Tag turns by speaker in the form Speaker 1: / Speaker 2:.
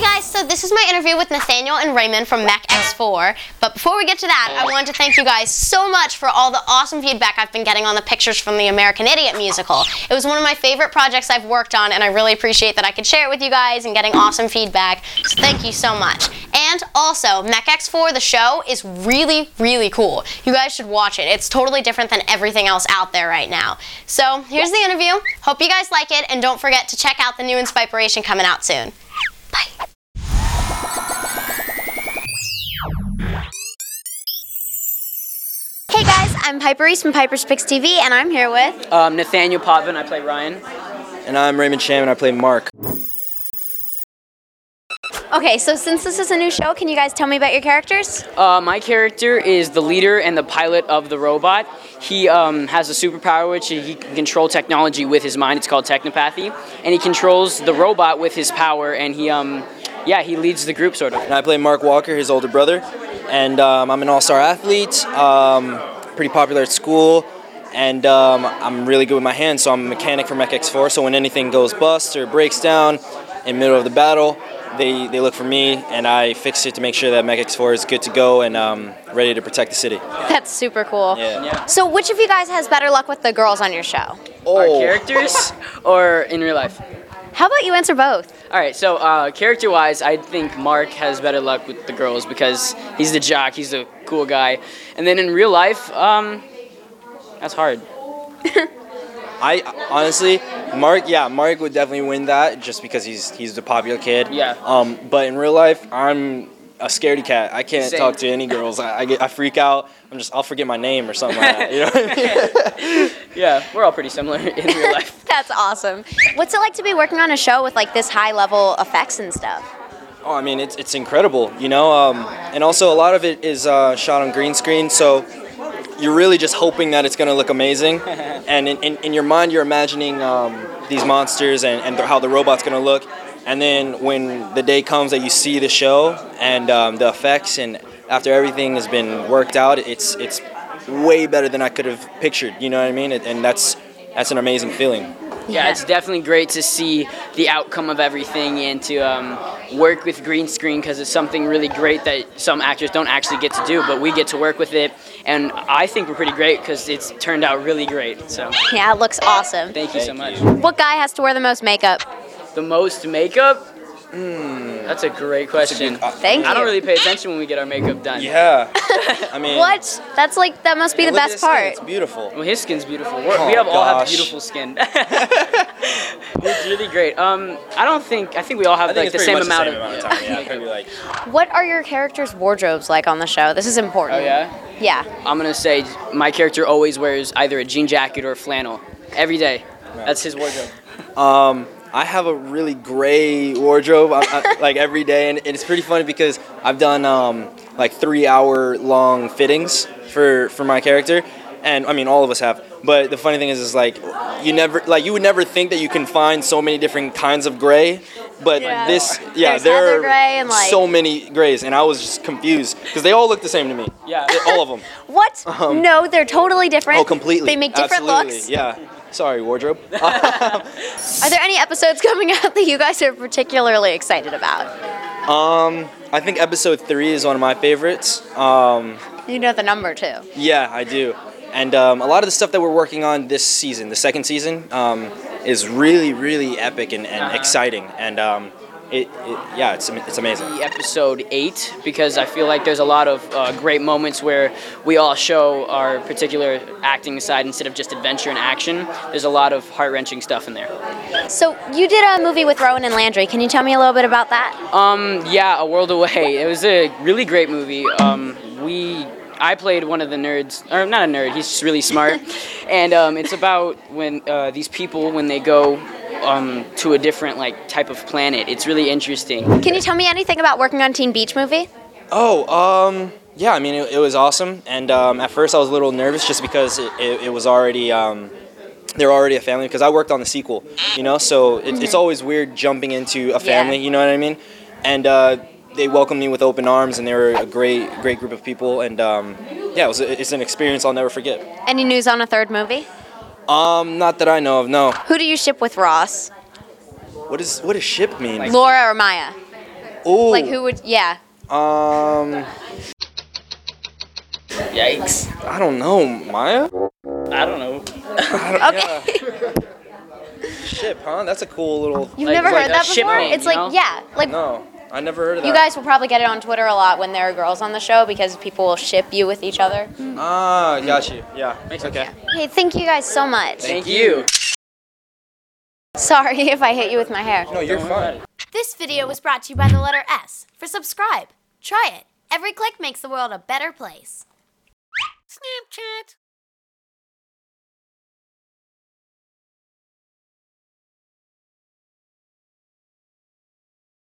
Speaker 1: guys, so this is my interview with Nathaniel and Raymond from Mac X4. But before we get to that, I wanted to thank you guys so much for all the awesome feedback I've been getting on the pictures from the American Idiot musical. It was one of my favorite projects I've worked on, and I really appreciate that I could share it with you guys and getting awesome feedback. So thank you so much. And also, Mech X4, the show, is really, really cool. You guys should watch it. It's totally different than everything else out there right now. So here's the interview. Hope you guys like it, and don't forget to check out the new Inspiration coming out soon. Bye.
Speaker 2: Hey guys, I'm Piper Reese from Piper's Picks TV, and I'm here with.
Speaker 3: Um, Nathaniel Potvin, I play Ryan.
Speaker 4: And I'm Raymond Shaman. I play Mark.
Speaker 2: Okay, so since this is a new show, can you guys tell me about your characters?
Speaker 3: Uh, my character is the leader and the pilot of the robot. He um, has a superpower which he can control technology with his mind. It's called technopathy, and he controls the robot with his power. And he, um, yeah, he leads the group sort of.
Speaker 4: And I play Mark Walker, his older brother. And um, I'm an all star athlete, um, pretty popular at school. And um, I'm really good with my hands, so I'm a mechanic for Mech X4. So when anything goes bust or breaks down in middle of the battle, they, they look for me and I fix it to make sure that Mech X4 is good to go and um, ready to protect the city.
Speaker 2: That's super cool.
Speaker 4: Yeah.
Speaker 2: So, which of you guys has better luck with the girls on your show?
Speaker 3: Our
Speaker 4: Oh.
Speaker 3: characters or in real life?
Speaker 2: How about you answer both?
Speaker 3: All right, so uh, character-wise, I think Mark has better luck with the girls because he's the jock, he's the cool guy, and then in real life, um, that's hard.
Speaker 4: I honestly, Mark, yeah, Mark would definitely win that just because he's he's the popular kid.
Speaker 3: Yeah.
Speaker 4: Um, but in real life, I'm a scaredy cat. I can't
Speaker 3: Same.
Speaker 4: talk to any girls. I, I get I freak out. I'm just I'll forget my name or something like that. You know what I mean?
Speaker 3: Yeah, we're all pretty similar in real life.
Speaker 2: That's awesome. What's it like to be working on a show with like this high level effects and stuff?
Speaker 4: Oh, I mean, it's, it's incredible, you know? Um, and also, a lot of it is uh, shot on green screen, so you're really just hoping that it's going to look amazing. And in, in, in your mind, you're imagining um, these monsters and, and how the robot's going to look. And then when the day comes that you see the show and um, the effects, and after everything has been worked out, it's, it's way better than I could have pictured, you know what I mean? And that's, that's an amazing feeling.
Speaker 3: Yeah, it's definitely great to see the outcome of everything and to um, work with green screen because it's something really great that some actors don't actually get to do, but we get to work with it. And I think we're pretty great because it's turned out really great. So
Speaker 2: Yeah, it looks awesome.
Speaker 3: thank you so much.
Speaker 2: What guy has to wear the most makeup?
Speaker 3: The most makeup? Mm, that's a great question.
Speaker 2: Thank you.
Speaker 3: I don't really pay attention when we get our makeup done.
Speaker 4: uh, Yeah. I mean,
Speaker 2: What? That's like that must be the
Speaker 4: look at
Speaker 2: best
Speaker 4: his skin,
Speaker 2: part.
Speaker 4: It's beautiful.
Speaker 3: Well, his skin's beautiful. We're, we
Speaker 4: Oh,
Speaker 3: have all have
Speaker 4: gosh.
Speaker 3: beautiful skin. it's really great. Um, I don't think I think we all have
Speaker 4: I think
Speaker 3: like
Speaker 4: it's
Speaker 3: the
Speaker 4: pretty
Speaker 3: same,
Speaker 4: much the
Speaker 3: amount
Speaker 4: same amount of time. Yeah, it could be like
Speaker 2: What are your characters' wardrobes like on the show? This is important.
Speaker 3: Oh yeah.
Speaker 2: Yeah.
Speaker 3: I'm gonna say my character always wears either a jean jacket or a flannel every day. That's his wardrobe.
Speaker 4: I have a really gray wardrobe I, I, like every day, and it's pretty funny because I've done um, like three hour long fittings for for my character, and I mean all of us have. But the funny thing is, is like you never like you would never think that you can find so many different kinds of gray. But
Speaker 2: Yeah.
Speaker 4: this, yeah,
Speaker 2: There's
Speaker 4: there
Speaker 2: heather
Speaker 4: are
Speaker 2: gray and, like-
Speaker 4: so many grays, and I was just confused because they all look the same to me.
Speaker 3: Yeah.
Speaker 4: They- all of them.
Speaker 2: What? no, they're totally different.
Speaker 4: Oh, completely.
Speaker 2: They make different
Speaker 4: Absolutely.
Speaker 2: looks.
Speaker 4: Yeah. Sorry, wardrobe.
Speaker 2: Are there any episodes coming out that you guys are particularly excited about?
Speaker 4: I think episode three is one of my favorites. Um,
Speaker 2: You know the number too.
Speaker 4: yeah, I do. And um, a lot of the stuff that we're working on this season, the second season, um, is really, really epic and, and exciting. And um, it, it, yeah, it's, am- it's amazing.
Speaker 3: Episode eight, because I feel like there's a lot of uh, great moments where we all show our particular acting side instead of just adventure and action. There's a lot of heart wrenching stuff in there.
Speaker 2: So you did a movie with Rowan and Landry. Can you tell me a little bit about that?
Speaker 3: Um, yeah, A World Away. It was a really great movie. Um, we, I played one of the nerds, or not a nerd. He's just really smart, and um, it's about when uh, these people when they go um, to a different like type of planet. It's really interesting.
Speaker 2: Can you tell me anything about working on Teen Beach Movie?
Speaker 4: Oh, um, yeah, I mean, it, it was awesome. And um, at first, I was a little nervous just because it, it, it was already. Um, they're already a family because I worked on the sequel, you know. So it,
Speaker 2: Mm-hmm.
Speaker 4: it's always weird jumping into a family, you know what I mean? And uh, they welcomed me with open arms, and they were a great, great group of people. And um, yeah, it was a, it's an experience I'll never forget.
Speaker 2: Any news on a third movie?
Speaker 4: Um, not that I know of. No.
Speaker 2: Who do you ship with Ross?
Speaker 4: What does what does ship mean?
Speaker 2: Laura or Maya?
Speaker 4: Ooh.
Speaker 2: Like who would? Yeah.
Speaker 4: Um,
Speaker 3: Yikes.
Speaker 4: I don't know, Maya.
Speaker 3: I don't know.
Speaker 2: Okay.
Speaker 4: Shit, huh? That's a cool little.
Speaker 2: You've
Speaker 3: Like-
Speaker 2: never
Speaker 3: like
Speaker 2: heard
Speaker 3: a
Speaker 2: that before?
Speaker 3: shipmate,
Speaker 2: it's
Speaker 3: you
Speaker 2: like
Speaker 3: know?
Speaker 2: yeah, like
Speaker 4: No, I never heard of that.
Speaker 2: you guys will probably get it on Twitter a lot when there are girls on the show because people will ship you with each other.
Speaker 4: Ah, got you. Yeah.
Speaker 3: Makes
Speaker 4: okay.
Speaker 2: Hey, thank you guys so much.
Speaker 3: Thank you.
Speaker 2: Sorry if I hit you with my hair.
Speaker 4: No, you're fine.
Speaker 5: This video was brought to you by the letter S for subscribe. Try it. Every click makes the world a better place. Snapchat.